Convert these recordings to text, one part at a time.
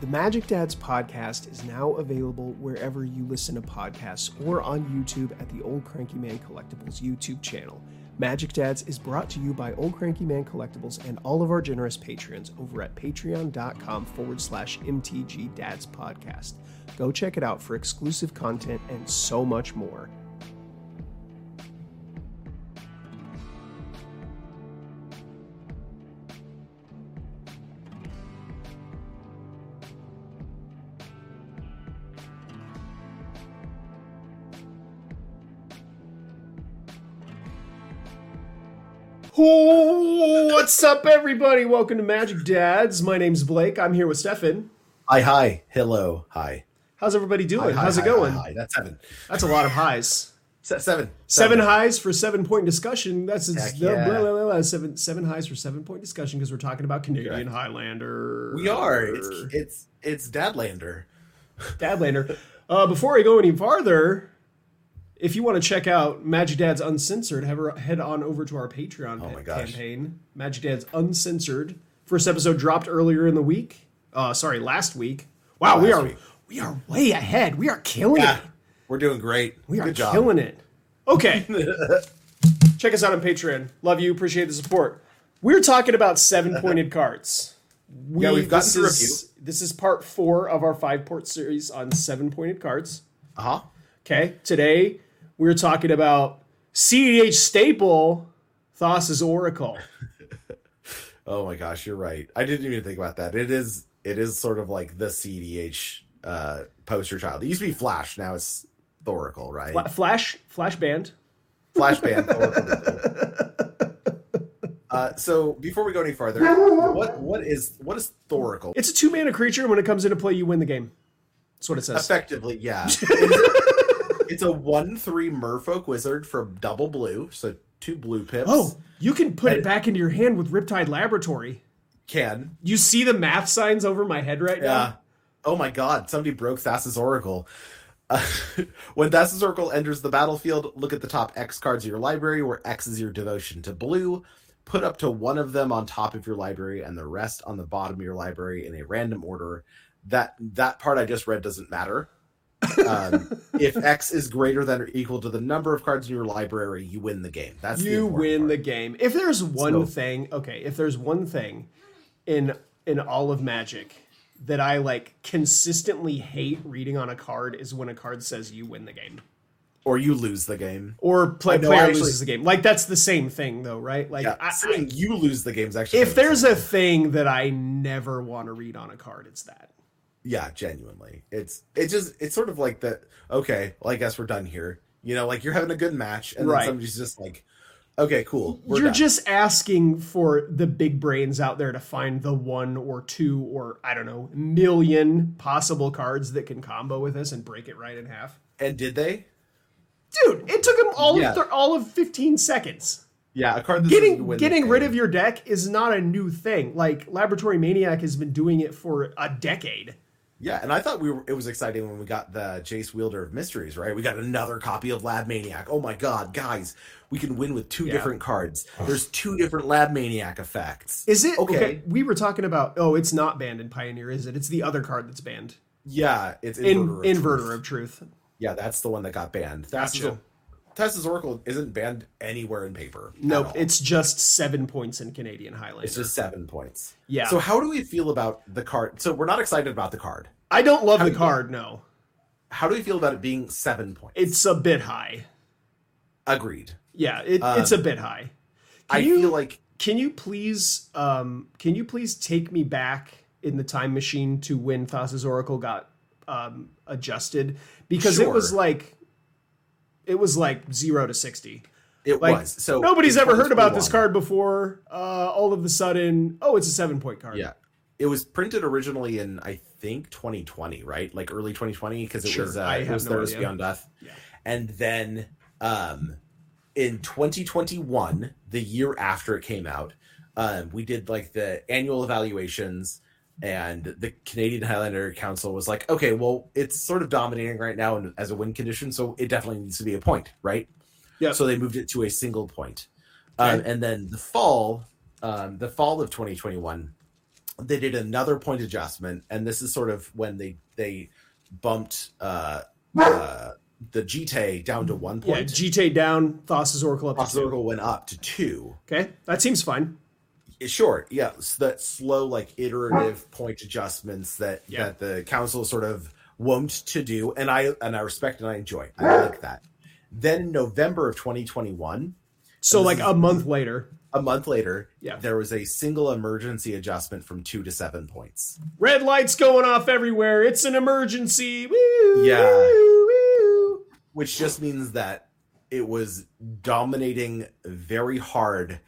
The Magic Dads podcast is now available wherever you listen to podcasts or on YouTube at the Old Cranky Man Collectibles YouTube channel. Magic Dads is brought to you by Old Cranky Man Collectibles and all of our generous patrons over at patreon.com forward slash MTG Dads Podcast. Go check it out for exclusive content and so much more. Oh, what's up, everybody? Welcome to Magic Dads. My name's Blake. I'm here with Stefan. Hi, hi, hello, hi. How's everybody doing? Hi, hi, How's it hi, going? Hi, hi. That's seven. That's a lot of highs. Se- seven. Seven highs for seven point discussion. That's Heck blah, yeah. blah, blah, blah, blah. seven seven highs for seven point discussion because we're talking about Canadian Highlander. We are. It's it's it's Dadlander. Dadlander. Uh, before I go any farther, if you want to check out Magic Dad's Uncensored, have her, head on over to our Patreon Oh my pa- gosh. campaign, Magic Dad's Uncensored. First episode dropped earlier in the week. Uh, sorry, last week. Wow, we Last are week. we are way ahead. We are killing Yeah, it. we're doing great. We are Good job. killing it. Okay. Check us out on Patreon. Love you. Appreciate the support. We're talking about seven pointed cards. We, Yeah, we've gotten this through a is, This is part four of our five port series on seven pointed cards. Uh huh. Okay. Today, we're talking about CEH staple Thas's Oracle. Oh my gosh, you're right. I didn't even think about that. It is it is sort of like the CDH uh poster child. It used to be Flash, now it's Thoracle, right? Fla- Flash, Flash Band. Flash band. Uh, so before we go any farther, what what is what is thoracle? It's a two mana creature. and When it comes into play, you win the game. That's what it says. Effectively, yeah. It's, it's a one three Merfolk wizard from double blue, so two blue pips. Oh, you can put it back into your hand with Riptide Laboratory. can You see the math signs over my head right yeah. now? Oh my God! Somebody broke Thassa's Oracle. Uh, when Thassa's Oracle enters the battlefield, look at the top X cards of your library, where X is your devotion to blue. Put up to one of them on top of your library and the rest on the bottom of your library in a random order. That that part I just read doesn't matter. Um, if X is greater than or equal to the number of cards in your library, you win the game. That's the You important win part. the game. If there's one So- thing, okay, if there's one thing in in all of Magic that I like consistently hate reading on a card is when a card says you win the game or you lose the game. or play, I know, player I actually- loses the game. Like that's the same thing though, right? Like Yeah, I- I, saying you lose the game is actually if kind of there's a thing that I never want to read on a card, it's that. yeah genuinely it's it just it's sort of like that okay well i guess we're done here you know like you're having a good match and Right. then somebody's just like okay cool we're You're done. just asking for the big brains out there to find the one or two or I don't know million possible cards that can combo with this and break it right in half. and did they Dude, it took him all Yeah. of th- all of 15 seconds. yeah a card that's Getting getting rid of your deck is not a new thing. Like Laboratory Maniac has been doing it for a decade. yeah and i thought we were it was exciting when we got the jace wielder of mysteries right we got another copy of lab maniac oh my god guys we can win with two different cards there's two different lab maniac effects Is it Okay. We were talking about oh, it's not banned in Pioneer, is it? It's the other card that's banned. yeah it's In inverter, of Truth. Inverter of Truth. yeah that's the one that got banned that's Gotcha. Tessa's Oracle isn't banned anywhere in paper. at Nope, all. it's just 7 points in Canadian Highlander. It's just seven points. Yeah. So how do we feel about the card? So we're not excited about the card. I don't love the card, no. How do we feel about it being seven points? It's a bit high. Agreed. Yeah, it, it's a bit high. Uh, I you- feel like Can you please um can you please take me back in the time machine to when Thassa's Oracle got um adjusted because it Sure. was like it was like 0 to 60. it Like was. So nobody's in ever heard about this 2021, card before. Uh all of a sudden, oh, it's a 7 point card. Yeah. It was printed originally in I think 2020, right? Like early 2020 because it Sure, was uh, I it have was no Theros idea. Beyond Death. Yeah. And then um in 2021, the year after it came out, um, we did like the annual evaluations, and the Canadian Highlander Council was like, okay, well, it's sort of dominating right now and as a win condition, so it definitely needs to be a point, right? Yeah. So they moved it to a single point. Um, and then the fall, um, the fall of 2021, they did another point adjustment, and this is sort of when they they bumped uh, uh, the Jite down to one Yeah, point. GTA down, Thassa's Oracle up. to Thassa's two. Oracle went up to two. Okay, that seems fine. Sure, yeah, so that slow like iterative point adjustments that Yeah. that the council sort of wont to do, and I and I respect and I enjoy. I like that. Then in November of 2021, So And like this a month later, a month later, Yeah. there was a single emergency adjustment from two to seven points. red lights going off everywhere. It's an emergency. Woo, Yeah. woo, woo. which just means that it was dominating very hard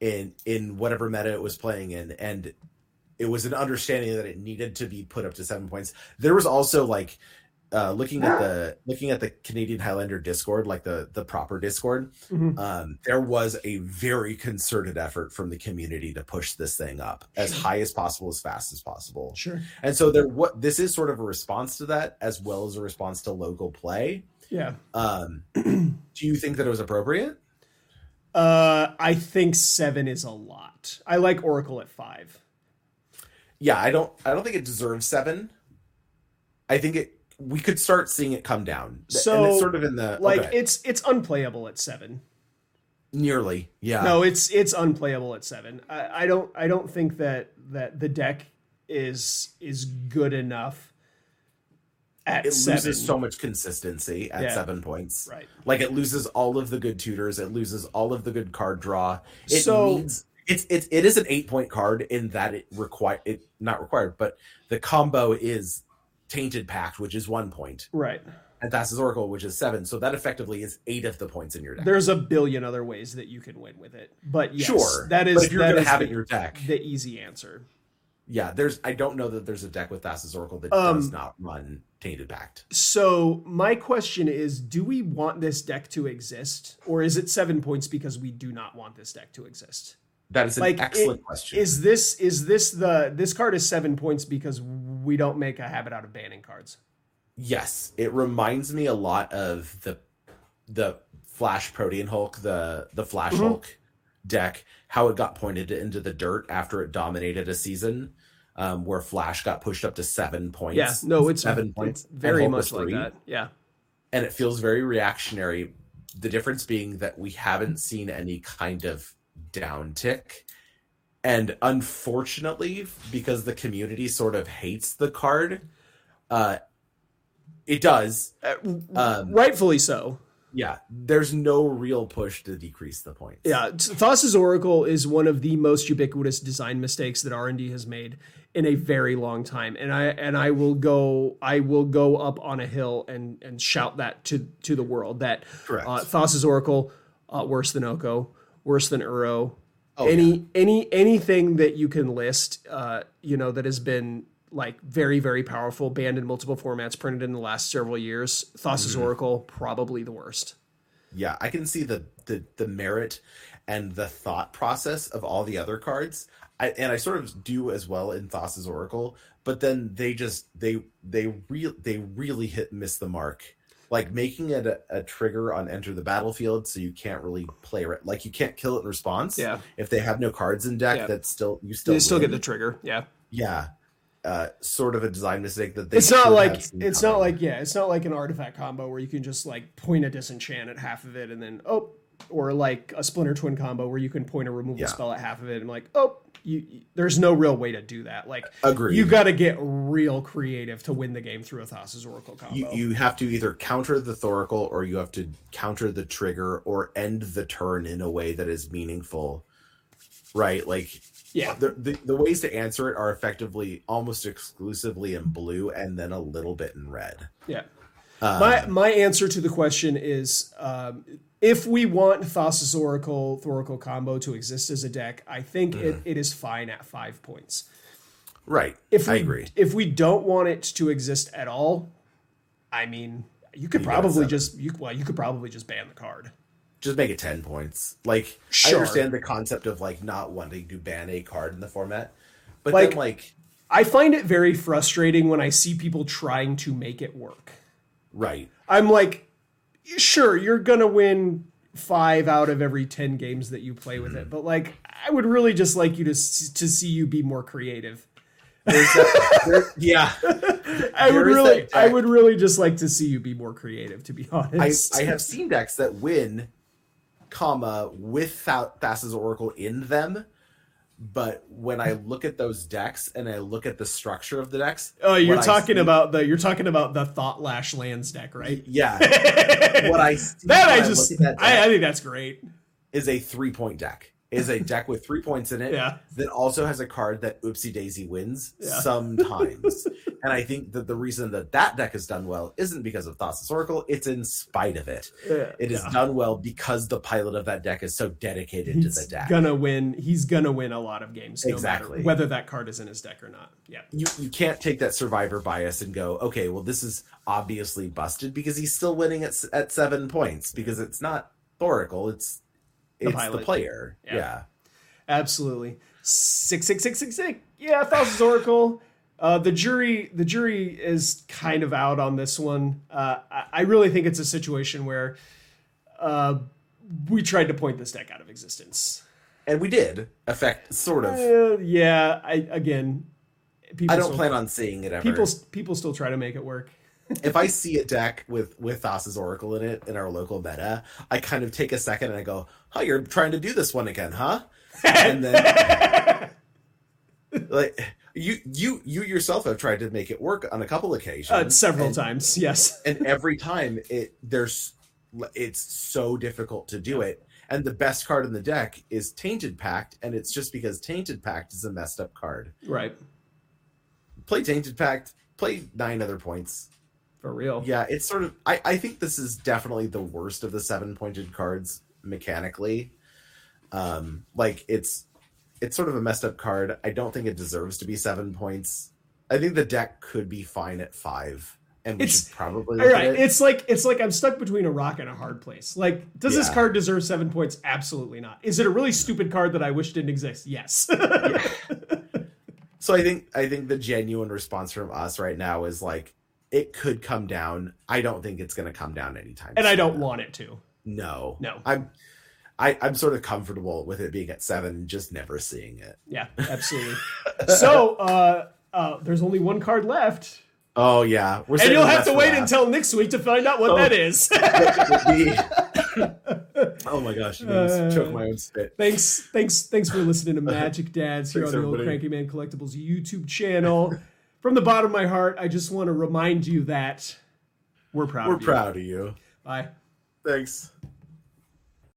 in in whatever meta it was playing in and it was an understanding that it needed to be put up to seven points there was also like uh looking at the looking at the canadian highlander discord like the the proper discord Mhm. um there was a very concerted effort from the community to push this thing up as high as possible as fast as possible Sure. and so there what this is sort of a response to that as well as a response to local play Yeah. um, do you think that it was appropriate? Uh, I think seven is a lot. I like Oracle at five. Yeah, I don't. I don't think it deserves seven. I think it. We could start seeing it come down. and So, it's sort of in the Like Uh, okay, it's it's unplayable at seven. nearly. Yeah. no, it's it's unplayable at seven. I, I don't I don't think that that the deck is is good enough at It seven. loses so much consistency at Yeah. seven points. right. Like it loses all of the good tutors. It loses all of the good card draw. It So- needs. It's it's it is an eight point card in that it require it not required, but the combo is tainted pact, which is one point, Right. and Thassa's Oracle, which is seven. So that effectively is eight of the points in your deck. There's a billion other ways that you can win with it. But yes, sure that is but if you're that gonna is have the, it in your deck the easy answer. yeah there's i don't know that there's a deck with thassa's oracle that Um, does not run tainted pact So my question is, do we want this deck to exist? Or is it seven points because we do not want this deck to exist? that is an like, excellent it- question Is this is this the this card is seven points because we don't make a habit out of banning cards? yes it reminds me a lot of the the flash protean hulk the the flash Mhm. hulk deck how it got pointed into the dirt after it dominated a season um, where flash got pushed up to seven points Yeah, no, it's seven points it's and very Hulk much was like three. that. Yeah, and it feels very reactionary. The difference being that we haven't seen any kind of downtick. And unfortunately, because the community sort of hates the card, uh, it does. Um, rightfully so. yeah, there's no real push to decrease the points. Yeah, T- Thassa's Oracle is one of the most ubiquitous design mistakes that R and D has made in a very long time, and I and I will go I will go up on a hill and and shout that to to the world that Correct. uh, Thassa's Oracle uh, worse than Oko, worse than Uro, Oh, any any anything that you can list, uh, you know, that has been like very very powerful, banned in multiple formats, printed in the last several years. Thassa's Mm-hmm. Oracle probably the worst. Yeah, I can see the the the merit and the thought process of all the other cards. I, and I sort of do as well in Thassa's Oracle, but then they just they they real they really hit miss the mark. Like making it a, a trigger on enter the battlefield, so you can't really play it. Like you can't kill it in response. Yeah. If they have no cards in deck, Yeah. that's still you still They still get the win. trigger. Yeah. yeah. Uh, sort of a design mistake that they. it's not should like have it's seen not coming. like yeah, it's not like an artifact combo where you can just like point a disenchant at half of it and then oh, or like a splinter twin combo where you can point a removal Yeah. spell at half of it and like oh, you, you- there's no real way to do that. Like Agreed. you got to get real creative to win the game through a Thassa's Oracle combo. you, you have to either counter the thoracle or you have to counter the trigger or end the turn in a way that is meaningful right like yeah, the, the, the ways to answer it are effectively almost exclusively in blue and then a little bit in red yeah. um, my my answer to the question is um, if we want Thassa's Oracle Thoracle combo to exist as a deck, I think it, Mm. it is fine at five points. right If we, i agree If we don't want it to exist at all, I mean, you could You got probably seven. just you well, you could probably just ban the card. just make it 10 points like i Sure. understand the concept of like not wanting to ban a card in the format but Like- then like I find it very frustrating when I see people trying to make it work. right I'm like, Mm. sure, you're gonna win five out of every ten games that you play with it, but like, I would really just like you to s- to see you be more creative. There's that- there- yeah, I would There is really, that I deck. would really just like to see you be more creative. To be I, honest, I have seen decks that win, comma, without Thassa's Oracle in them. But when I look at those decks and I look at the structure of the decks, Oh, you're what I talking see- about the you're talking about the Thought Lash Lands deck, right? yeah. that What I see I when just, look at that deck I, I think that's great. is a three point deck. Is a deck with three points in it Yeah. that also has a card that Oopsie Daisy wins Yeah. sometimes. and I think that the reason that that deck has done well isn't because of Thassa's Oracle; it's in spite of it. It is done well because the pilot of that deck is so dedicated to the He's deck. gonna win. He's gonna win a lot of games, no Exactly. matter whether that card is in his deck or not. Yeah, you you can't take that survivor bias and go, okay, well this is obviously busted because he's still winning at s- at seven points because it's not Oracle, it's The it's the, pilot. player. Yeah. yeah. absolutely. Six, six, six, six, six. Yeah, Thousands Oracle. Uh, the jury, the jury is kind of out on this one. Uh, I, I really think it's a situation where uh, we tried to point this deck out of existence. and we did affect sort of. Uh, yeah, I again, people I don't still, plan on seeing it ever. people people still try to make it work. if I see a deck with with Thassa's Oracle in it in our local meta, I kind of take a second and I go, "Oh, you're trying to do this one again, huh?" And then like you you you yourself have tried to make it work on a couple occasions, Uh, several and, times, yes. and every time it there's it's so difficult to do it. And the best card in the deck is Tainted Pact, and it's just because Tainted Pact is a messed up card. Right. Play Tainted Pact, play nine other points. For real. Yeah, it's sort of. I, I think this is definitely the worst of the seven pointed cards mechanically. Um, like it's it's sort of a messed up card. I don't think it deserves to be seven points. I think the deck could be fine at five, and we It's- should probably All look right. at it. It's like it's like I'm stuck between a rock and a hard place. Like, does this Yeah. card deserve seven points? Absolutely not. Is it a really stupid card that I wish didn't exist? Yes. so I think I think the genuine response from us right now is like it could come down. I don't think it's going to come down anytime. and I soon. don't want it to. No, No. I'm I, I'm sort of comfortable with it being at seven, just never seeing it. Yeah, absolutely. so uh uh, there's only one card left, Oh yeah, We're and saving you'll the have best to for wait last. until next week to find out what Oh. that is. oh my gosh, you made me choke my own spit. Thanks, thanks, thanks for listening to Magic Dads here Thanks, on the Old everybody. Cranky Man Collectibles YouTube channel. From the bottom of my heart, I just want to remind you that we're proud. We're of you. proud of you. Bye. Thanks.